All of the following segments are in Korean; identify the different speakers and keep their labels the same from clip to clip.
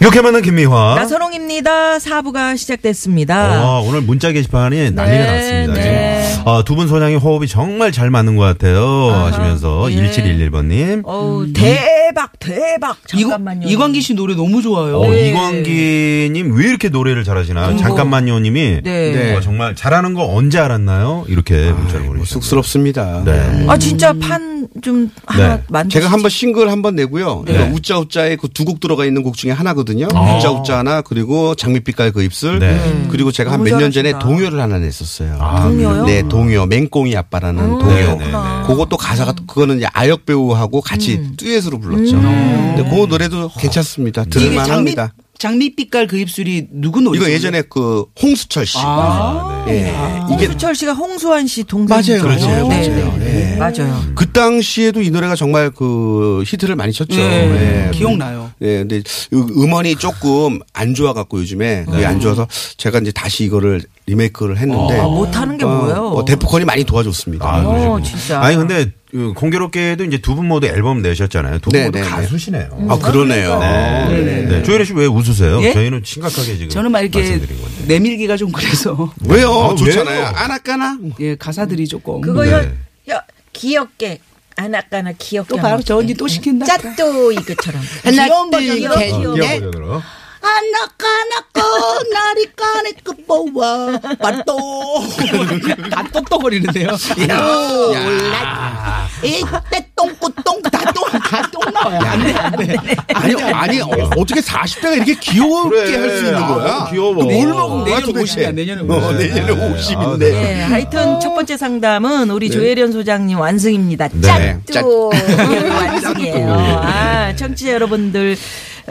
Speaker 1: 이렇게 만난
Speaker 2: 어?
Speaker 1: 김미화.
Speaker 3: 나선홍입니다. 사부가 시작됐습니다.
Speaker 1: 어, 오늘 문자 게시판이 난리가 났습니다.
Speaker 3: 네.
Speaker 1: 지금 어, 두분 소장의 호흡이 정말 잘 맞는 것 같아요. 하시면서
Speaker 3: 예.
Speaker 1: 1711번님.
Speaker 3: 어우 대박 대박. 잠깐만요.
Speaker 4: 이광기씨 노래 너무 좋아요. 예.
Speaker 1: 어, 이광기님 왜 이렇게 노래를 잘하시나요? 잠깐만요님이
Speaker 3: 네.
Speaker 2: 네.
Speaker 1: 어, 정말 잘하는 거 언제 알았나요? 이렇게 문자를
Speaker 2: 뭐
Speaker 1: 보내주셨어요.
Speaker 2: 쑥스럽습니다.
Speaker 1: 네.
Speaker 3: 아 진짜 판 좀 하나
Speaker 1: 네.
Speaker 3: 만드.
Speaker 2: 제가 한번 싱글 한 번 내고요. 그러니까 우짜 우짜의 그 두 곡 들어가 있는 곡 중에 하나거든요. 우짜 우짜 하나 그리고 장밋빛깔 그 입술
Speaker 1: 네.
Speaker 2: 그리고 제가 한
Speaker 3: 너무
Speaker 2: 몇 년 전에
Speaker 3: 잘하신다.
Speaker 2: 동요를 하나 냈었어요.
Speaker 3: 음. 동요요?
Speaker 2: 네, 동요 맹꽁이 아빠라는
Speaker 1: 네,
Speaker 2: 동요.
Speaker 1: 네, 네.
Speaker 2: 그것도 가사가 그거는 이제 아역 배우하고 같이 듀엣으로 불렀죠. 근데 그 노래도 괜찮습니다.
Speaker 4: 이게 장미
Speaker 2: 들을만합니다.
Speaker 4: 장미빛깔 그 입술이 누구 노래?
Speaker 2: 이거 예전에 그 홍수철 씨.
Speaker 1: 아, 네.
Speaker 2: 예. 이게
Speaker 3: 홍수철 씨가 홍수환 씨 동생.
Speaker 2: 맞아요, 그렇죠. 맞아요, 맞아요. 네.
Speaker 3: 맞아요.
Speaker 2: 그 당시에도 이 노래가 정말 그 히트를 많이 쳤죠.
Speaker 4: 예.
Speaker 2: 예.
Speaker 4: 기억나요.
Speaker 2: 예, 근데 음원이 조금 안 좋아갖고 요즘에 그게 안 좋아서 제가 이제 다시 이거를 리메이크를 했는데
Speaker 3: 아, 못하는 게
Speaker 2: 어,
Speaker 3: 뭐예요?
Speaker 2: 어, 데프콘이 많이 도와줬습니다.
Speaker 1: 아,
Speaker 3: 어,
Speaker 1: 그러시군요.
Speaker 3: 진짜.
Speaker 1: 아니, 근데 그 공교롭게도 이제 두 분 모두 앨범 내셨잖아요. 두 분
Speaker 2: 네,
Speaker 1: 모두
Speaker 2: 네, 네.
Speaker 1: 가수시네요.
Speaker 2: 아, 그러네요.
Speaker 1: 네. 네. 조혜리 씨 왜 웃으세요?
Speaker 3: 예?
Speaker 1: 저희는 심각하게 지금
Speaker 4: 저는 막 이렇게
Speaker 1: 말씀드린 건데.
Speaker 4: 내밀기가 좀 그래서
Speaker 2: 왜요?
Speaker 1: 아,
Speaker 2: 좋잖아요.
Speaker 1: 왜요?
Speaker 2: 아나까나.
Speaker 4: 예 가사들이 조금
Speaker 5: 그거요.
Speaker 1: 네.
Speaker 5: 여, 귀엽게 안아까나 귀엽게.
Speaker 4: 또 바로
Speaker 5: 하면
Speaker 4: 저 언니 또 시킨다.
Speaker 5: 짠또 이거처럼.
Speaker 4: 귀여운
Speaker 5: 짠또
Speaker 4: 버전이요?
Speaker 3: 네,
Speaker 2: 어,
Speaker 5: 이거 귀여워.
Speaker 1: 귀여운 버전으로.
Speaker 4: 아나까나꺼 나리까네 끝보와 반또 다 똑똑거리는데요. 이때 똥꾸똥 다똥다똥 나와요. 안돼 안돼.
Speaker 2: 아니, 아니, 어, 떻게 40대가 이렇게 귀여워?
Speaker 1: 그래. 아, 귀여워.
Speaker 4: 뭘 먹으면
Speaker 2: 뭐야,
Speaker 4: 내년
Speaker 2: 도대체?
Speaker 4: 50이야 내년에
Speaker 2: 어, 내년에 아, 50인데.
Speaker 3: 네, 하여튼 첫 번째 상담은
Speaker 2: 네.
Speaker 3: 우리 조혜련 소장님 완승입니다.
Speaker 1: 네.
Speaker 5: 또
Speaker 3: 어, 이런 완성이에요. 아, 청취자 여러분들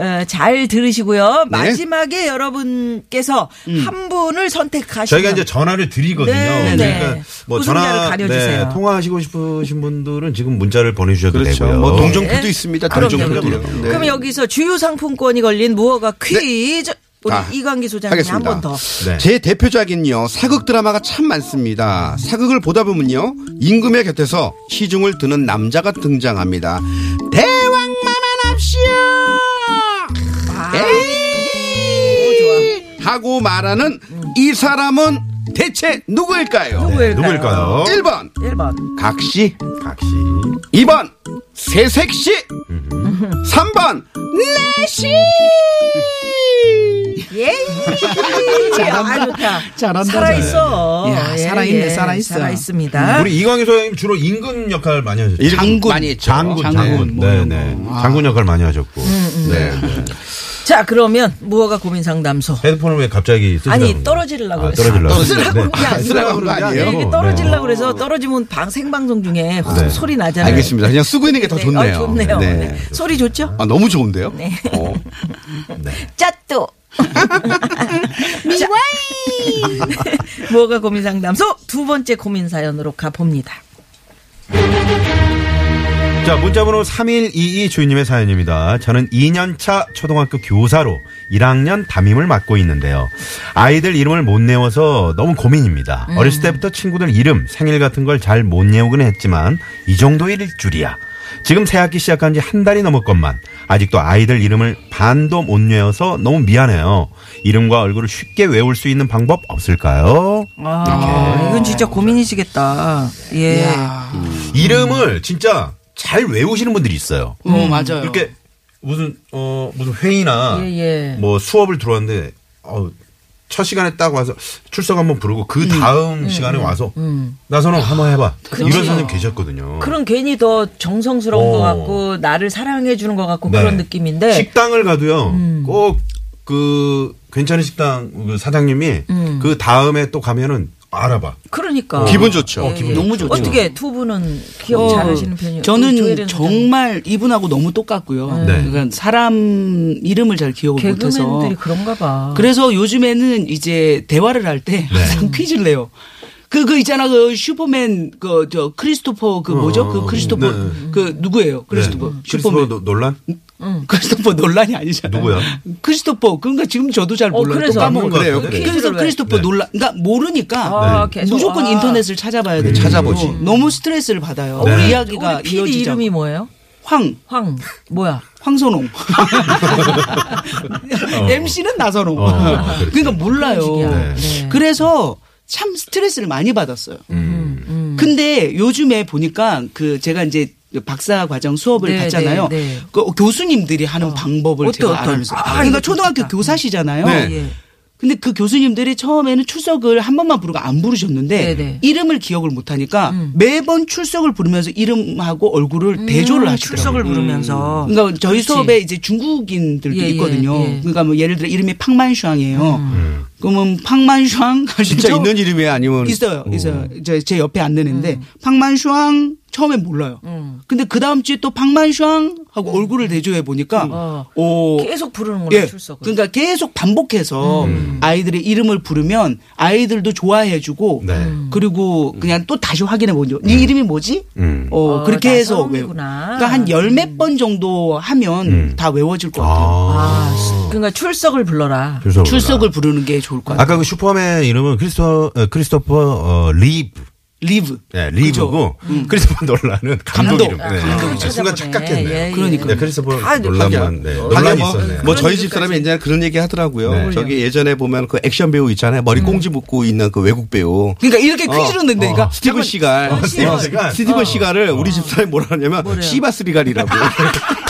Speaker 3: 어, 잘 들으시고요. 마지막에 여러분께서 한 분을 선택하시면
Speaker 1: 저희가 이제 전화를 드리거든요.
Speaker 3: 네, 네.
Speaker 1: 그러니까 뭐
Speaker 3: 우승자를
Speaker 1: 전화 네,
Speaker 3: 가려주세요.
Speaker 1: 통화하시고 싶으신 분들은 지금 문자를 보내주셔도
Speaker 2: 그렇죠.
Speaker 1: 되고요.
Speaker 2: 뭐
Speaker 3: 네.
Speaker 2: 동정표도 있습니다.
Speaker 3: 그럼요,
Speaker 2: 동정표도요.
Speaker 1: 그럼요.
Speaker 2: 네.
Speaker 3: 그럼 여기서 주요 상품권이 걸린 무허가 퀴즈 우리
Speaker 2: 아,
Speaker 3: 이광기 소장님 한
Speaker 2: 하겠습니다.
Speaker 3: 번 더.
Speaker 1: 네.
Speaker 2: 제 대표작인요. 사극 드라마가 참 많습니다. 사극을 보다 보면요. 임금의 곁에서 시중을 드는 남자가 등장합니다. 대왕만한 합시오! 에이! 하고 말하는 이 사람은 대체 누구일까요?
Speaker 1: 네, 누구일까요?
Speaker 2: 1번
Speaker 3: 1번.
Speaker 2: 각시
Speaker 1: 각시.
Speaker 2: 2번 새색시 3번 내시
Speaker 3: 예. 아, 좋다.
Speaker 4: 잘한다,
Speaker 3: 살아 있어. 예,
Speaker 4: 잘해. 이야, 살아있네, 살아있어.
Speaker 3: 살아 있습니다.
Speaker 1: 음, 우리 이광희 소장님 주로 임금 역할 많이 하셨죠.
Speaker 4: 장군
Speaker 2: 많이 했죠.
Speaker 1: 장군, 장군.
Speaker 4: 뭐
Speaker 1: 네,
Speaker 4: 이런
Speaker 1: 네.
Speaker 4: 거. 아.
Speaker 1: 장군 역할 많이
Speaker 3: 음,
Speaker 1: 하셨고. 네.
Speaker 3: 자, 그러면 무허가 고민 상담소.
Speaker 1: 헤드폰을 왜 갑자기 쓰시는
Speaker 3: 아니, 떨어지려고
Speaker 1: 아,
Speaker 3: 그랬어.
Speaker 1: 떨어지려고.
Speaker 3: 쓰라고 그런 게 아니라.
Speaker 2: 쓰라고 그런 거 아니에요?
Speaker 3: 네, 이게 떨어지려고 그래서 떨어지면 방 생방송 중에 훅
Speaker 1: 네.
Speaker 3: 소리 나잖아요.
Speaker 2: 알겠습니다. 그냥 쓰고 있는 게 더
Speaker 3: 네.
Speaker 2: 좋네요.
Speaker 3: 아, 좋네요.
Speaker 2: 네.
Speaker 3: 네. 소리 좋죠?
Speaker 2: 아, 너무 좋은데요? 어.
Speaker 5: 짠또
Speaker 3: 무허가 고민 상담소 두 번째 고민 사연으로 가봅니다.
Speaker 1: 자, 문자번호 3122 주인님의 사연입니다. 저는 2년차 초등학교 교사로 1학년 담임을 맡고 있는데요. 아이들 이름을 못 내워서 너무 고민입니다. 어렸을 때부터 친구들 이름, 생일 같은 걸 잘 못 외우긴 했지만 이 정도일 줄이야. 지금 새학기 시작한 지 한 달이 넘었건만 아직도 아이들 이름을 반도 못 외워서 너무 미안해요. 이름과 얼굴을 쉽게 외울 수 있는 방법 없을까요?
Speaker 3: 아, 이건 진짜 고민이시겠다. 예.
Speaker 1: 이름을 진짜 잘 외우시는 분들이 있어요.
Speaker 4: 어 맞아요.
Speaker 1: 이렇게 무슨 어 무슨 회의나
Speaker 3: 예, 예.
Speaker 1: 뭐 수업을 들어왔는데 어, 첫 시간에 딱 와서 출석 한번 부르고 그 다음 시간에 와서 나선홍 한번 해봐 이런 선생님 계셨거든요.
Speaker 3: 그런 괜히 더 정성스러운
Speaker 1: 어.
Speaker 3: 것 같고 나를 사랑해 주는 것 같고
Speaker 1: 네.
Speaker 3: 그런 느낌인데
Speaker 1: 식당을 가도요 꼭 그 괜찮은 식당 그 사장님이 그 다음에 또 가면은 알아봐. 어,
Speaker 3: 그러니까.
Speaker 2: 어. 기분 좋죠.
Speaker 3: 예, 예.
Speaker 4: 너무 좋죠.
Speaker 3: 어떻게 두 분은 기억
Speaker 4: 어,
Speaker 3: 잘하시는 편이에요? 우리 조혜련
Speaker 4: 저는
Speaker 3: 소장님.
Speaker 4: 정말 이분하고 너무 똑같고요.
Speaker 1: 네.
Speaker 4: 그러니까 사람 이름을 잘 기억을 못해서.
Speaker 3: 개그맨들이 그런가 봐.
Speaker 4: 그래서 요즘에는 이제 대화를 할 때
Speaker 1: 네.
Speaker 3: 음.
Speaker 4: 항상 퀴즈를 내요. 그, 그 있잖아, 그 슈퍼맨, 그, 저, 크리스토퍼, 그 뭐죠?
Speaker 1: 어,
Speaker 4: 그 크리스토퍼,
Speaker 1: 네.
Speaker 4: 그 누구예요? 크리스토퍼.
Speaker 1: 네. 크리스토퍼
Speaker 4: 슈퍼맨.
Speaker 1: 노- 논란?
Speaker 3: 음.
Speaker 4: 크리스토퍼 논란이 아니잖아요.
Speaker 1: 누구야?
Speaker 4: 크리스토퍼. 그러니까 지금 저도 잘
Speaker 3: 어,
Speaker 4: 몰라요. 또
Speaker 3: 그래서.
Speaker 4: 까먹어요.
Speaker 1: 그래요,
Speaker 4: 그래서
Speaker 1: 그래요.
Speaker 4: 그래서 크리스토퍼
Speaker 1: 네.
Speaker 4: 논란. 그러니까 모르니까
Speaker 3: 아, 계속.
Speaker 4: 무조건
Speaker 3: 아.
Speaker 4: 인터넷을 찾아봐야 돼요. 어,
Speaker 2: 찾아보지.
Speaker 4: 너무 스트레스를 받아요.
Speaker 1: 네. 우리-
Speaker 4: 이야기가
Speaker 3: 우리 PD
Speaker 4: 이어지죠.
Speaker 3: 이름이 뭐예요?
Speaker 4: 황.
Speaker 3: 황 뭐야?
Speaker 4: 황선홍. MC는 나선홍.
Speaker 1: 어, 그렇죠.
Speaker 4: 그러니까 몰라요.
Speaker 3: 그런 식이야. 네.
Speaker 4: 그래서 참 스트레스를 많이 받았어요.
Speaker 1: 음.
Speaker 3: 음.
Speaker 4: 근데 요즘에 보니까 그 제가 이제 박사 과정 수업을
Speaker 3: 네,
Speaker 4: 받잖아요.
Speaker 3: 네, 네.
Speaker 4: 그 교수님들이 하는 방법을
Speaker 3: 어때,
Speaker 4: 제가
Speaker 3: 어떤-
Speaker 4: 알면서.
Speaker 3: 아,
Speaker 4: 아, 그러니까
Speaker 3: 이거
Speaker 4: 초등학교
Speaker 3: 재밌다.
Speaker 4: 교사시잖아요.
Speaker 2: 네.
Speaker 3: 예.
Speaker 4: 근데 그 교수님들이 처음에는 출석을 한 번만 부르고 안 부르셨는데
Speaker 3: 네네. 음.
Speaker 4: 이름을 기억을 못하니까 매번 출석을 부르면서 이름하고 얼굴을
Speaker 3: 음,
Speaker 4: 대조를 하시더라고요.
Speaker 6: 출석을 부르면서.
Speaker 4: 그러니까 저희
Speaker 3: 아, 그치.
Speaker 4: 수업에 이제 중국인들도
Speaker 3: 예, 예,
Speaker 4: 있거든요.
Speaker 3: 예. 음.
Speaker 4: 그러니까 뭐 예를 들어 이름이 팡만슈앙이에요. 그러면 팡만슈앙 하시죠?
Speaker 2: 음. 진짜 있는 이름이 아니면
Speaker 4: 있어요, 있어요. 제, 제 옆에 앉는 애인데
Speaker 3: 음.
Speaker 4: 팡만슈앙 처음에 몰라요. 근데 그 다음 주에 또 팡만슈앙 하고 얼굴을 대조해 보니까
Speaker 3: 어.
Speaker 4: 오
Speaker 3: 계속 부르는 거야
Speaker 4: 예,
Speaker 3: 출석을. 음.
Speaker 4: 그러니까 계속 반복해서
Speaker 2: 음.
Speaker 4: 아이들의 이름을 부르면 아이들도 좋아해주고
Speaker 1: 네. 음.
Speaker 4: 그리고 그냥 또 다시 확인해 보죠. 네 이름이 뭐지?
Speaker 1: 음.
Speaker 4: 어,
Speaker 3: 어,
Speaker 4: 그렇게
Speaker 3: 나
Speaker 4: 해서 외
Speaker 3: 성이구나.
Speaker 4: 그러니까 한 열 몇 번 정도 하면
Speaker 1: 음.
Speaker 4: 다 외워질 것 같아요.
Speaker 1: 아.
Speaker 3: 아, 수- 그러니까 출석을 불러라.
Speaker 1: 그래서
Speaker 4: 출석을 부르는 게 좋을 것 같아요.
Speaker 1: 아까 그 슈퍼맨 이름은 크리스토 어, 크리스토퍼 어, 리브.
Speaker 4: 리브.
Speaker 1: 네, 리브고 크리스토퍼 놀라는 감독,
Speaker 4: 감독.
Speaker 1: 이름.
Speaker 4: 아,
Speaker 1: 네.
Speaker 3: 감독을
Speaker 1: 네, 순간
Speaker 3: 찾아보네.
Speaker 1: 착각했네요.
Speaker 3: 예, 예.
Speaker 4: 그러니까.
Speaker 1: 네, 크리스토퍼
Speaker 3: 다
Speaker 1: 놀란만 네,
Speaker 2: 하긴
Speaker 1: 논란이
Speaker 2: 뭐,
Speaker 1: 있었네요.
Speaker 2: 뭐 저희 집 사람이 옛날에 그런 얘기 하더라고요.
Speaker 1: 네. 음.
Speaker 2: 저기 예전에 보면 그 액션 배우 있잖아요. 머리 꽁지 묶고 있는 그 외국 배우.
Speaker 4: 그러니까 이렇게 퀴즈로 낸다니까.
Speaker 2: 스티븐 시갈.
Speaker 1: 아, 스티븐 시갈. 어.
Speaker 2: 스티븐 시갈을 우리 집 사람이 뭐라 하냐면 씨바 스리갈이라고.
Speaker 1: 아,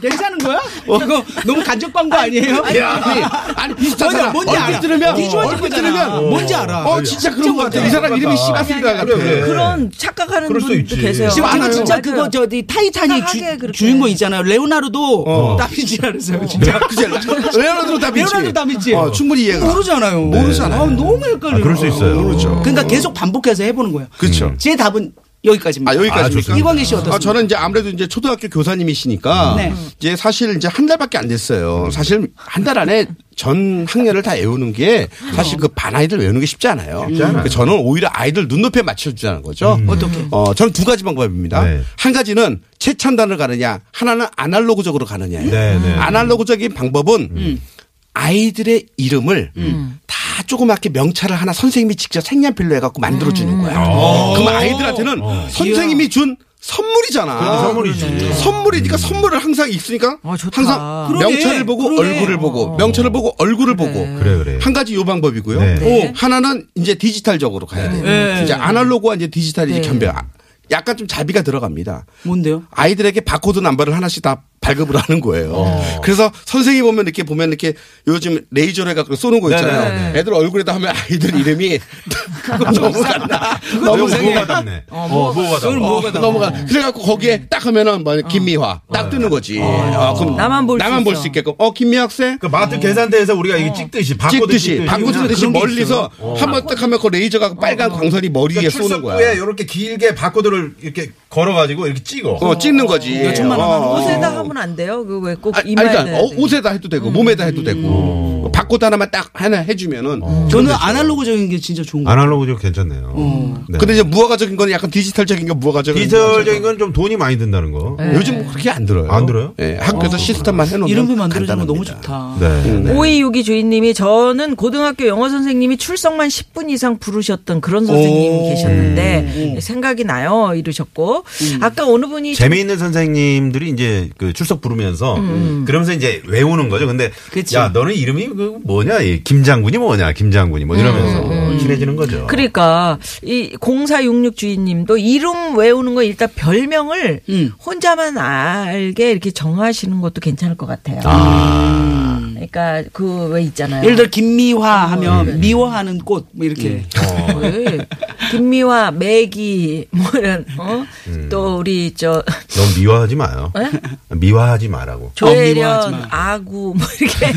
Speaker 4: 괜찮은 거야? 어. 이거 너무 간접 광고 아니에요?
Speaker 2: 아니, 아니 비슷하잖아.
Speaker 4: 전혀 뭔지 알아.
Speaker 2: 얼핏 들으면
Speaker 4: 비주얼
Speaker 2: 얼핏
Speaker 4: 똑같잖아.
Speaker 2: 들으면
Speaker 4: 뭔지 알아.
Speaker 2: 어 진짜 그런 것 같아. 이 사람 이름이 씨바 스리갈
Speaker 1: 네,
Speaker 2: 같아.
Speaker 3: 그런 착각하는
Speaker 1: 그럴 수
Speaker 3: 분도
Speaker 1: 있지.
Speaker 3: 계세요.
Speaker 4: 지금 아까 진짜
Speaker 3: 어. 맞아요.
Speaker 4: 그거 저기 타이타닉
Speaker 3: 이상하게
Speaker 4: 주,
Speaker 3: 그렇게.
Speaker 4: 주인공 있잖아요. 레오나르도
Speaker 2: 어.
Speaker 4: 다빈치라 그랬어요. 진짜.
Speaker 2: 그치? 레오나르도 다빈치.
Speaker 4: 레오나르도 다빈치.
Speaker 2: 어, 충분히 이해가.
Speaker 4: 모르잖아요. 모르잖아요. 아, 너무 헷갈려요.
Speaker 1: 아, 그럴 수 있어요. 모르죠.
Speaker 4: 그러니까 계속 반복해서 해보는 거예요.
Speaker 2: 그쵸.
Speaker 4: 제 답은 여기까지입니다.
Speaker 2: 아, 여기까지입니까?
Speaker 1: 아,
Speaker 4: 이광희 씨 어떠세요?
Speaker 2: 아, 저는 이제 아무래도 이제 초등학교 교사님이시니까
Speaker 4: 네.
Speaker 2: 이제 사실 이제 한 달밖에 안 됐어요. 사실 한 달 안에 전 학년을 다 외우는 게 사실 그 반 아이들 외우는 게 쉽지 않아요. 그 저는 오히려 아이들 눈높이에 맞춰주자는 거죠.
Speaker 4: 음. 어떻게?
Speaker 2: 어, 저는 두 가지 방법입니다.
Speaker 1: 네.
Speaker 2: 한 가지는 최첨단을 가느냐, 하나는 아날로그적으로 가느냐. 예요
Speaker 1: 네, 네.
Speaker 2: 아날로그적인 방법은
Speaker 4: 음.
Speaker 2: 아이들의 이름을 다 조그맣게 명찰을 하나 선생님이 직접 색연필로 해갖고
Speaker 4: 음.
Speaker 2: 만들어주는 거야. 그럼 아이들한테는 선생님이 준 선물이잖아.
Speaker 1: 어, 그건 선물이지.
Speaker 2: 선물이니까 선물을 항상 있으니까
Speaker 3: 아, 좋다.
Speaker 2: 항상
Speaker 4: 그러네.
Speaker 2: 명찰을 보고
Speaker 4: 그러네.
Speaker 2: 얼굴을 보고 명찰을 보고 얼굴을 보고
Speaker 1: 그래, 그래.
Speaker 2: 한 가지 요 방법이고요.
Speaker 1: 네.
Speaker 2: 오, 하나는 이제 디지털적으로 가야 돼요. 이제 아날로그와 이제 디지털이 이제 겸비. 약간 좀 자비가 들어갑니다.
Speaker 4: 뭔데요?
Speaker 2: 아이들에게 바코드 넘버를 하나씩 다 발급을 하는 거예요.
Speaker 1: 어.
Speaker 2: 그래서 선생님 보면 이렇게 보면 이렇게 요즘 레이저로 해갖고 쏘는 거 있잖아요.
Speaker 1: 네네.
Speaker 2: 애들 얼굴에다 하면 아이들 이름이 너무 간다.
Speaker 1: 너무
Speaker 2: 너무
Speaker 1: 뭐가
Speaker 2: 간다.
Speaker 1: 닿네. 어, 뭐가 어. 닿네.
Speaker 2: 어, 넘어가. 그래갖고 거기에 딱 하면은 뭐 김미화 딱 뜨는 거지.
Speaker 1: 어.
Speaker 2: 아, 그럼
Speaker 3: 나만 볼수
Speaker 2: 나만 볼
Speaker 3: 있어.
Speaker 2: 수 있게끔. 어 김미화 학생
Speaker 1: 그 마트 계산대에서 우리가 이게 찍듯이 바코드
Speaker 2: 찍듯이 바코드 듯이
Speaker 4: 그런 게
Speaker 2: 멀리서 한번 딱 하면 그 레이저가 빨간 광선이 머리 위에
Speaker 1: 어. 그러니까
Speaker 2: 쏘는 거야.
Speaker 1: 출석부에 이렇게 길게 바코드를 이렇게 걸어가지고 이렇게 찍어.
Speaker 2: 어, 찍는 거지.
Speaker 4: 요즘만
Speaker 2: 어,
Speaker 4: 하면
Speaker 2: 어,
Speaker 3: 옷에다
Speaker 2: 어.
Speaker 3: 하면 안 돼요. 그 왜 꼭
Speaker 2: 아, 아니,
Speaker 3: 이마에 네.
Speaker 2: 그러니까
Speaker 3: 넣어야
Speaker 2: 어,
Speaker 3: 돼?
Speaker 2: 옷에다 해도 되고 몸에다 해도
Speaker 1: 어.
Speaker 2: 되고 바코드 하나만 딱 하나 해주면은.
Speaker 4: 저는 아날로그적인 게 진짜 좋은 거 같아요.
Speaker 1: 아날로그적 괜찮네요. 네.
Speaker 2: 근데 이제 뭐 무화과적인 건 약간 디지털적인 건 무화과적인
Speaker 1: 디지털적인 건 좀 돈이 많이 든다는 거.
Speaker 2: 건 요즘 그렇게 안 들어요.
Speaker 1: 안 들어요?
Speaker 2: 네.
Speaker 1: 아,
Speaker 2: 예, 학교에서 시스템만 해놓으면
Speaker 4: 이름이 만들어지면 너무
Speaker 2: 간단합니다.
Speaker 4: 좋다.
Speaker 1: 네.
Speaker 3: 음.
Speaker 1: 네.
Speaker 3: 오이육이 주인님이 저는 고등학교 영어 선생님이 출석만 10분 이상 부르셨던 그런 선생님
Speaker 2: 오.
Speaker 3: 계셨는데 생각이 나요 이러셨고 아까 어느 분이
Speaker 1: 재미있는 선생님들이 이제 그 출석 부르면서 그러면서 이제 외우는 거죠. 근데
Speaker 4: 음. 그치.
Speaker 1: 야 너는 이름이 그 뭐냐? 이 김장군이 뭐냐? 김장군이 뭐 이러면서
Speaker 4: 음,
Speaker 1: 친해지는 거죠.
Speaker 3: 그러니까 이 0466 주인님도 이름 외우는 거 일단 별명을
Speaker 4: 음.
Speaker 3: 혼자만 알게 이렇게 정하시는 것도 괜찮을 것 같아요. 그러니까 그 왜 있잖아요.
Speaker 4: 예를 들어 김미화 하면 미워하는 꽃 뭐 이렇게
Speaker 3: 왜? 어. 김미화, 매기 뭐 이런 어? 또 우리
Speaker 4: 어,
Speaker 3: 저
Speaker 1: 너무 미화하지 마요.
Speaker 4: 네?
Speaker 1: 미화하지 마라고.
Speaker 3: 조혜련,
Speaker 4: 미워하지 마.
Speaker 3: 아구 뭐 이렇게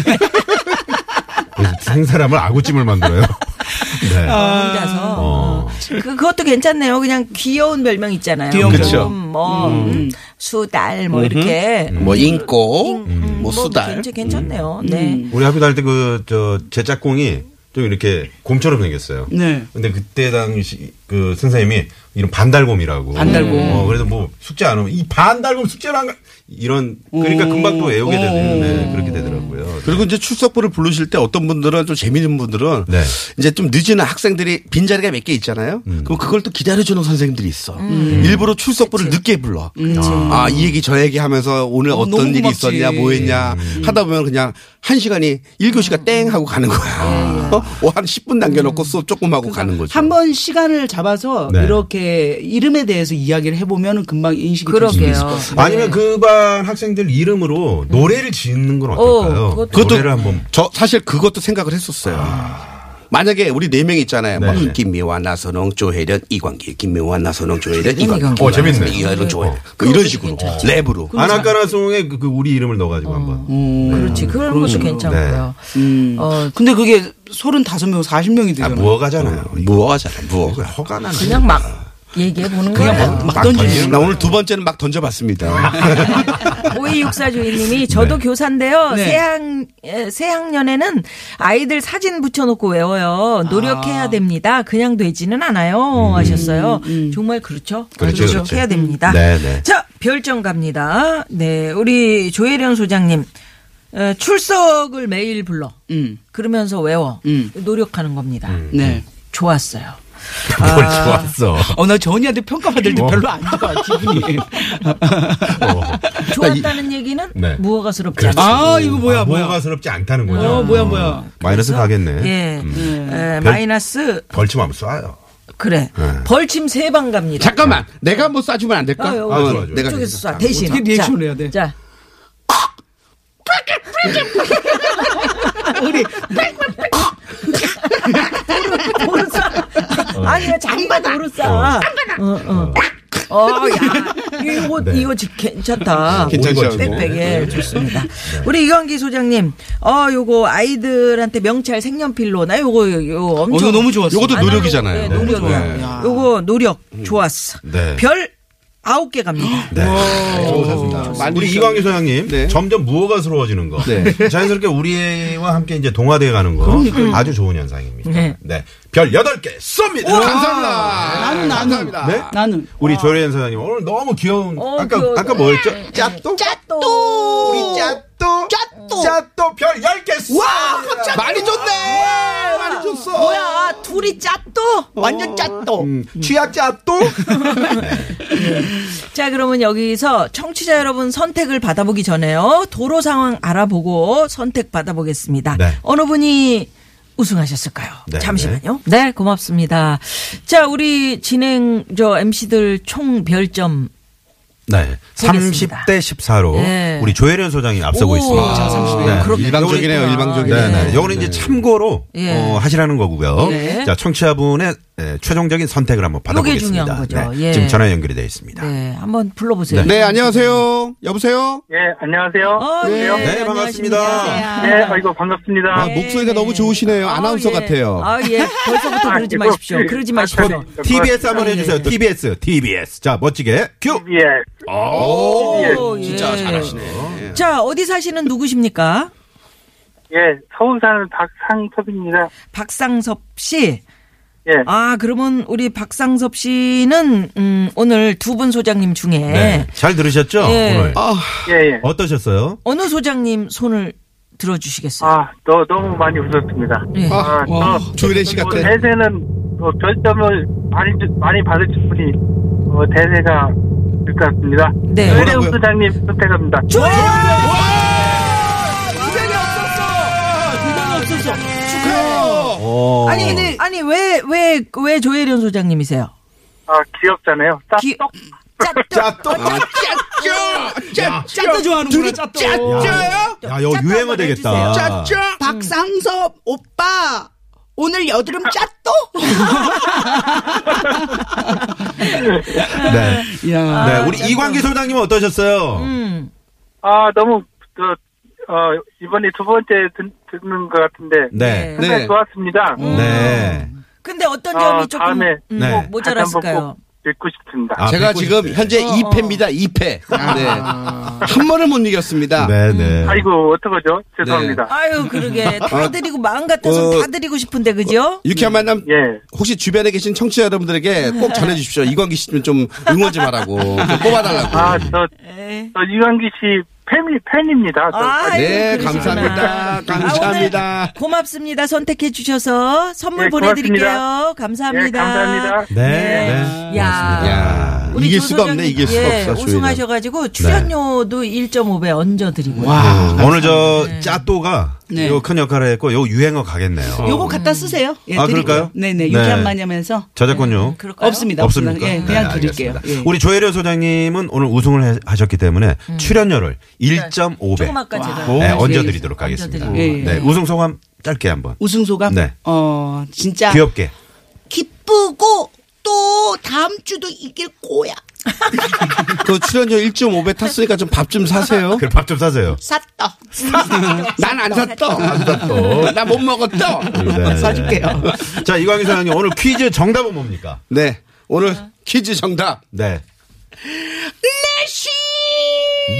Speaker 1: 그래서 생 사람을 아구찜을 만들어요. 네.
Speaker 3: 혼자서.
Speaker 1: 어.
Speaker 3: 그, 그것도 괜찮네요. 그냥 귀여운 별명 있잖아요.
Speaker 4: 귀여운
Speaker 3: 조금
Speaker 2: 별명.
Speaker 3: 뭐, 음, 수달, 뭐, 이렇게.
Speaker 2: 뭐 인꼬, 뭐 수달.
Speaker 3: 괜찮, 괜찮네요.
Speaker 4: 음.
Speaker 3: 네.
Speaker 1: 우리 학교 다닐 때 그 저 제 짝꿍이 좀 이렇게 곰처럼 생겼어요.
Speaker 4: 네.
Speaker 1: 근데 그때 당시 그 선생님이 이런 반달곰이라고.
Speaker 4: 반달곰.
Speaker 1: 어, 그래서 뭐 숙제 안 하면 이 반달곰 숙제를 안 가. 이런 그러니까 금방 또 외우게 되는데 네, 그렇게 되더라고요.
Speaker 2: 그리고 이제 출석부를 부르실 때 어떤 분들은 좀 재미있는 분들은
Speaker 1: 네.
Speaker 2: 이제 좀 늦은 학생들이 빈자리가 몇 개 있잖아요.
Speaker 1: 음.
Speaker 2: 그럼 그걸 또 기다려주는 선생님들이 있어.
Speaker 4: 음.
Speaker 2: 음. 일부러 출석부를 늦게 불러. 아, 이 얘기 저 얘기 하면서 오늘
Speaker 4: 너무
Speaker 2: 어떤 일이
Speaker 4: 고맙지.
Speaker 2: 있었냐, 뭐 했냐
Speaker 1: 음.
Speaker 2: 하다 보면 그냥 한 시간이
Speaker 4: 음.
Speaker 2: 1교시가 땡 하고 가는 거야. 어, 한 10분 남겨놓고 수업 조금 하고 가는 거죠.
Speaker 4: 그러니까 한 번 시간을 잡아서
Speaker 1: 네.
Speaker 4: 이렇게 이름에 대해서 이야기를 해보면 금방 인식이 될수 있을 것
Speaker 3: 그러게요.
Speaker 4: 같아요.
Speaker 1: 아니면 그 반 학생들 이름으로 노래를 짓는 건 어떨까요?
Speaker 3: 어, 그것도-
Speaker 1: 노래를 한번 아.
Speaker 2: 저 사실 그것도 생각을 했었어요. 만약에 우리 네 명 있잖아요. 뭐
Speaker 1: 네네.
Speaker 2: 김미화, 나선홍, 조혜련, 이광기, 김미화, 나선홍, 조혜련, 이광기,
Speaker 3: 이광기.
Speaker 1: 어, 재밌네.
Speaker 2: 이혜련, 조혜련.
Speaker 1: 어.
Speaker 2: 뭐 이런 식으로 랩으로.
Speaker 1: 아나까나송에 그, 그 우리 이름을 넣어가지고 한번.
Speaker 4: 음.
Speaker 3: 그렇지. 그런 것도 괜찮고요. 어,
Speaker 4: 근데 그게 35명, 40명이
Speaker 1: 아
Speaker 4: 되잖아요.
Speaker 1: 무어가잖아요.
Speaker 2: 무어하잖아, 무어.
Speaker 1: 허가 나는.
Speaker 3: 그냥 막 얘기해 보는 거예요.
Speaker 4: 막 던지는
Speaker 2: 나 오늘 두 번째는 막 던져봤습니다.
Speaker 3: 5264 주인님이 저도 교사인데요.
Speaker 4: 네.
Speaker 3: 새학, 에, 새학년에는 아이들 사진 붙여놓고 외워요. 노력해야 됩니다. 그냥 되지는 않아요. 하셨어요. 정말 그렇죠.
Speaker 1: 그렇죠, 그렇죠.
Speaker 3: 노력해야 됩니다.
Speaker 1: 네, 네.
Speaker 3: 자, 별점 갑니다. 네, 우리 조혜련 소장님. 에, 출석을 매일 불러.
Speaker 4: 음.
Speaker 3: 그러면서 외워.
Speaker 4: 음.
Speaker 3: 노력하는 겁니다.
Speaker 4: 네.
Speaker 3: 좋았어요.
Speaker 4: 아.
Speaker 1: 뭘 좋았어.
Speaker 4: 어, 나 전이한테 평가받을 때
Speaker 1: 어.
Speaker 4: 별로 안 좋아, 기분이.
Speaker 3: 좋았다는 얘기는
Speaker 1: 네.
Speaker 3: 무허가스럽지
Speaker 1: 그렇죠.
Speaker 3: 않다.
Speaker 4: 아, 이거 뭐야,
Speaker 1: 아,
Speaker 4: 뭐야.
Speaker 1: 무어가스럽지 않다는 거죠.
Speaker 4: 어, 뭐야, 뭐야.
Speaker 1: 마이너스 아, 가겠네.
Speaker 3: 예. 에,
Speaker 1: 별-
Speaker 3: 마이너스
Speaker 1: 벌침 한번 쏴요.
Speaker 3: 그래.
Speaker 1: 네.
Speaker 3: 벌침 세 방 갑니다.
Speaker 2: 잠깐만, 내가 뭐 쏴주면 안 될까?
Speaker 3: 아, 요,
Speaker 1: 아,
Speaker 3: 요.
Speaker 1: 좋아, 좋아.
Speaker 2: 내가
Speaker 3: 이쪽에서 쏴. 대신.
Speaker 4: 어떻게 리액션을 해야 돼?
Speaker 3: 자.
Speaker 4: 우리,
Speaker 3: 도로 쏴. 아니, 왜 장바닥으로 쏴. 어, 어. 어, 야. 이거,
Speaker 1: 네.
Speaker 3: 이거 지- 괜찮다.
Speaker 2: 괜찮죠?
Speaker 4: 예,
Speaker 1: 예.
Speaker 3: 빽빽해. 예, 좋습니다. 우리 이광기 소장님, 어, 요거 아이들한테 명찰 생년필로, 나 요거, 요, 요 엄청.
Speaker 4: 어, 이거 너무 좋았어.
Speaker 2: 요것도
Speaker 3: 아날로그,
Speaker 2: 노력이잖아요.
Speaker 3: 네,
Speaker 2: 너무
Speaker 3: 노력.
Speaker 2: 좋아요.
Speaker 4: 야.
Speaker 3: 요거 노력. 좋았어.
Speaker 1: 네.
Speaker 3: 별 아홉 개 갑니다.
Speaker 1: 네. 좋습니다. 우리 이광규 소장님
Speaker 2: 네.
Speaker 1: 점점 무허가스러워지는 거
Speaker 2: 네.
Speaker 1: 자연스럽게 우리와 함께 이제 동화돼 가는 거 아주 좋은 현상입니다.
Speaker 3: 음. 네.
Speaker 1: 네. 별 여덟 개 쏩니다.
Speaker 2: 감사합니다.
Speaker 4: 나는, 나는.
Speaker 1: 네?
Speaker 4: 나는.
Speaker 1: 우리 조혜련 소장님 오늘 너무 귀여운
Speaker 3: 어,
Speaker 1: 아까
Speaker 3: 귀여워. 네.
Speaker 1: 아까 뭐였죠? 짭도 짭도 우리 짭도 짭도 짭도 별 열 개 쏴.
Speaker 2: 많이 줬네! 많이 줬어! 어.
Speaker 3: 뭐야, 둘이 짰또?
Speaker 2: 완전 짰또!
Speaker 1: 음, 취약 짭도
Speaker 3: 자, 그러면 여기서 청취자 여러분 선택을 받아보기 전에요. 도로 상황 알아보고 선택 받아보겠습니다.
Speaker 1: 네.
Speaker 3: 어느 분이 우승하셨을까요?
Speaker 1: 네,
Speaker 3: 잠시만요. 네. 고맙습니다. 자, 우리 진행 저 MC들 총 별점.
Speaker 1: 네. 30대 14로
Speaker 3: 네.
Speaker 1: 우리 조혜련 소장이 앞서고
Speaker 3: 오,
Speaker 1: 있습니다.
Speaker 3: 자, 30대. 그렇게
Speaker 2: 일방적이네요,
Speaker 3: 됐구나.
Speaker 2: 일방적이네.
Speaker 1: 네, 네.
Speaker 2: 네.
Speaker 1: 요거는 이제 참고로
Speaker 3: 예.
Speaker 1: 어, 하시라는 거고요.
Speaker 3: 네.
Speaker 1: 자, 청취자분의 에, 최종적인 선택을 한번
Speaker 3: 요게
Speaker 1: 받아보겠습니다.
Speaker 3: 중요한 거죠.
Speaker 1: 네.
Speaker 3: 예.
Speaker 1: 지금 전화 연결이 되어 있습니다.
Speaker 3: 네, 한번 불러보세요.
Speaker 2: 네, 안녕하세요. 여보세요?
Speaker 7: 예, 안녕하세요.
Speaker 3: 어, 예,
Speaker 1: 네,
Speaker 3: 안녕하십니까.
Speaker 1: 반갑습니다.
Speaker 7: 네, 아이고 반갑습니다.
Speaker 2: 아, 목소리가 너무 좋으시네요.
Speaker 3: 아,
Speaker 2: 아나운서
Speaker 3: 예.
Speaker 2: 같아요.
Speaker 3: 아, 예. 벌써부터 그러지
Speaker 7: 아이고,
Speaker 3: 마십시오. 그러지
Speaker 7: 아,
Speaker 3: 마십시오.
Speaker 7: 저기,
Speaker 1: TBS 한번
Speaker 3: 예,
Speaker 1: 해주세요.
Speaker 3: 예.
Speaker 1: TBS, TBS. 자, 멋지게 큐.
Speaker 7: 예,
Speaker 2: 아.
Speaker 7: 네.
Speaker 3: 오, 진짜 잘하시네. 어, 예. 자, 어디 사시는 누구십니까?
Speaker 7: 예, 서울 사는 박상섭입니다.
Speaker 3: 박상섭 씨.
Speaker 7: 예,
Speaker 3: 아, 그러면 우리 박상섭 씨는 음, 오늘 두 분 소장님 중에
Speaker 1: 네. 잘 들으셨죠?
Speaker 3: 예.
Speaker 1: 오늘
Speaker 2: 아,
Speaker 7: 예, 예.
Speaker 1: 아. 어떠셨어요?
Speaker 3: 어느 소장님 손을 들어 주시겠어요?
Speaker 7: 아, 너 너무 많이 웃었습니다.
Speaker 3: 네.
Speaker 7: 아,
Speaker 2: 와, 조혜련 씨
Speaker 7: 뭐
Speaker 2: 같아.
Speaker 7: 대세는 뭐 별점을 많이 주- 많이 받으신 분이 어, 대세가 될 것 같습니다.
Speaker 3: 네.
Speaker 7: 조혜령 소장님 선택합니다.
Speaker 2: 아.
Speaker 1: 어.
Speaker 3: 아니, 근데- 아니 왜 왜 왜 조혜련 소장님이세요?
Speaker 7: 아, 귀엽잖아요. 딱
Speaker 3: 귀-
Speaker 7: 똑.
Speaker 3: 어,
Speaker 1: 짜또.
Speaker 4: 짰다 좋아하는구나, 아. 짰다.
Speaker 1: 야, 이거 유행어 되겠다.
Speaker 4: 박상섭 오빠 오늘 여드름 짰또?
Speaker 1: 네.
Speaker 4: 야.
Speaker 3: 음,
Speaker 1: 네, 우리 이광기 소장님은 어떠셨어요?
Speaker 7: 아, 너무 그 어, 이번이 두 번째 듣, 는것 같은데
Speaker 1: 네.
Speaker 7: 정말
Speaker 2: 네.
Speaker 7: 좋았습니다.
Speaker 3: 음.
Speaker 1: 네.
Speaker 3: 근데 어떤
Speaker 7: 아,
Speaker 3: 점이 조금
Speaker 7: 다음에
Speaker 3: 음,
Speaker 1: 네.
Speaker 3: 뭐
Speaker 7: 다시 한번
Speaker 3: 모자랐을까요?
Speaker 7: 꼭 듣고 싶습니다.
Speaker 1: 아,
Speaker 2: 제가
Speaker 1: 뵙고
Speaker 2: 지금
Speaker 1: 싶대.
Speaker 2: 현재
Speaker 3: 어,
Speaker 2: 2패입니다. 2패. 네. 한 번을 못 이겼습니다.
Speaker 1: 네, 네.
Speaker 7: 아이고 어떡하죠? 죄송합니다.
Speaker 3: 아유 그러게 다 드리고 마음 같아서
Speaker 2: 어,
Speaker 3: 다 드리고 싶은데 그죠?
Speaker 2: 유쾌한 만남
Speaker 3: 네.
Speaker 7: 예.
Speaker 2: 혹시 주변에 계신 청취자 여러분들에게 꼭 전해주십시오. 이광기 씨좀 응원 좀 하라고 좀 뽑아달라고.
Speaker 7: 아, 저,
Speaker 3: 예.
Speaker 7: 저 이광기 씨 팬이, 팬입니다. 저.
Speaker 3: 아유,
Speaker 2: 네,
Speaker 3: 그러시구나.
Speaker 2: 감사합니다. 감사합니다.
Speaker 3: 아, 오늘 고맙습니다. 선택해 주셔서 선물
Speaker 7: 네,
Speaker 3: 보내드릴게요.
Speaker 7: 고맙습니다.
Speaker 3: 감사합니다. 예.
Speaker 7: 예, 감사합니다.
Speaker 1: 네. 네.
Speaker 3: 야.
Speaker 2: 야,
Speaker 3: 아, 우리
Speaker 2: 이길
Speaker 3: 조
Speaker 2: 수가 없네.
Speaker 3: 소장님,
Speaker 2: 이길 수가
Speaker 3: 예,
Speaker 2: 없어. 네. 저희는.
Speaker 3: 우승하셔가지고 출연료도 1.5배 얹어드리고.
Speaker 1: 아, 오늘 저 짜또가
Speaker 4: 네.
Speaker 1: 요 큰 역할을 했고 요 유행어 가겠네요.
Speaker 4: 요거 갖다 쓰세요. 예,
Speaker 1: 음. 아,
Speaker 4: 드릴게요.
Speaker 1: 그럴까요?
Speaker 4: 네네.
Speaker 1: 네.
Speaker 4: 유쾌한 마녀면서
Speaker 1: 저작권요.
Speaker 3: 그럴까요?
Speaker 4: 없습니다.
Speaker 1: 없습니까?
Speaker 4: 예, 그냥
Speaker 1: 네,
Speaker 4: 드릴게요.
Speaker 1: 알겠습니다.
Speaker 4: 예. 음.
Speaker 1: 우리 조혜련 소장님은 오늘 우승을 해- 하셨기 때문에 출연료를 1.5배
Speaker 3: 조금 아까 제가.
Speaker 1: 네,
Speaker 4: 네,
Speaker 1: 얹어드리도록 하겠습니다.
Speaker 4: 얹어드리고. 예,
Speaker 1: 네, 우승 소감 짧게 한번.
Speaker 4: 우승 소감.
Speaker 1: 네.
Speaker 4: 어 진짜
Speaker 1: 귀엽게.
Speaker 4: 기쁘고 또 다음 주도 이길 거야.
Speaker 2: 그 출연료 1.5배 탔으니까 좀 밥 좀 사세요.
Speaker 1: 그럼 밥 좀 사세요.
Speaker 4: 샀다.
Speaker 2: 난 안 샀어. 나 못 먹었어.
Speaker 1: 네.
Speaker 2: 네.
Speaker 4: 사줄게요.
Speaker 1: 자, 이광희 소장님 오늘 퀴즈 정답은 뭡니까?
Speaker 2: 네. 오늘 퀴즈 정답.
Speaker 1: 네.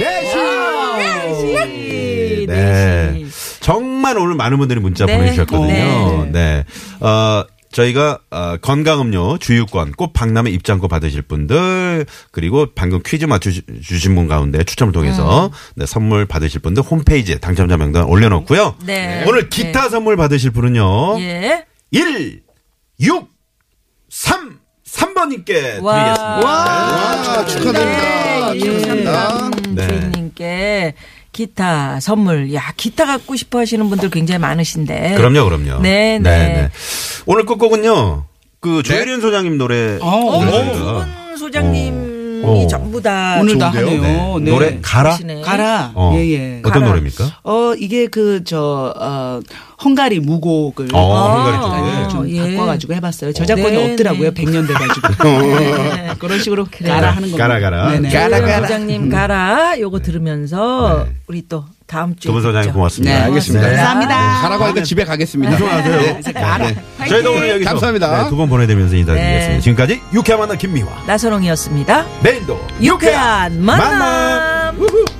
Speaker 1: 내시! 내시! 네. 정말 오늘 많은 분들이 문자
Speaker 3: 네.
Speaker 1: 보내주셨거든요. 네. 어, 저희가 어, 건강음료 주유권 꼭 박람회 입장권 받으실 분들 그리고 방금 퀴즈 맞추신 분 가운데 추첨을 통해서 네, 선물 받으실 분들 홈페이지에 당첨자 명단 올려놓고요.
Speaker 3: 네.
Speaker 1: 오늘 기타 선물 받으실 분은요.
Speaker 3: 예.
Speaker 1: 1, 6, 3, 3번님께
Speaker 3: 와.
Speaker 1: 드리겠습니다.
Speaker 2: 아, 축하드립니다.
Speaker 3: 네, 감사합니다. 음,
Speaker 1: 네.
Speaker 3: 주인님께 기타 선물. 야, 기타 갖고 싶어 하시는 분들 굉장히 많으신데.
Speaker 1: 그럼요, 그럼요.
Speaker 3: 네, 네.
Speaker 1: 오늘 끝곡은요.
Speaker 2: 네?
Speaker 1: 그 조혜련 소장님 노래
Speaker 4: 어,
Speaker 3: 어,
Speaker 1: 들려드려요.
Speaker 3: 두분 소장님이
Speaker 1: 어.
Speaker 3: 전부 다
Speaker 4: 오늘 다
Speaker 2: 좋은데요?
Speaker 4: 하네요. 네.
Speaker 1: 노래 가라.
Speaker 3: 하시네.
Speaker 4: 가라.
Speaker 1: 어.
Speaker 4: 예, 예.
Speaker 1: 어떤 노래입니까?
Speaker 4: 어, 이게 그, 저, 어, 헝가리 무곡을.
Speaker 1: 어, 헝가리
Speaker 4: 약간 좀
Speaker 1: 쪽에.
Speaker 3: 예.
Speaker 4: 바꿔가지고 해봤어요. 저작권이
Speaker 3: 네,
Speaker 4: 없더라고요.
Speaker 3: 네.
Speaker 4: 100년 돼가지고. 네. 그런 식으로 가라 하는 겁니다.
Speaker 1: 가라, 가라.
Speaker 4: 네네.
Speaker 2: 가라.
Speaker 3: 예, 소장님 가라. 요거 들으면서 우리 또 다음 주에
Speaker 1: 두 분 소장님
Speaker 3: 뵙죠.
Speaker 1: 고맙습니다.
Speaker 4: 네,
Speaker 2: 알겠습니다.
Speaker 4: 감사합니다.
Speaker 2: 가라고 하니까 집에 가겠습니다. 네.
Speaker 4: 가라.
Speaker 1: 네. 저희도 오늘 여기서 네,
Speaker 2: 감사합니다.
Speaker 1: 두 번 보내드리면서 인사드리겠습니다.
Speaker 3: 네.
Speaker 1: 지금까지 유쾌한 만남 김미화.
Speaker 3: 나선홍이었습니다.
Speaker 1: 내일도
Speaker 3: 유쾌한 만남.
Speaker 1: 우후.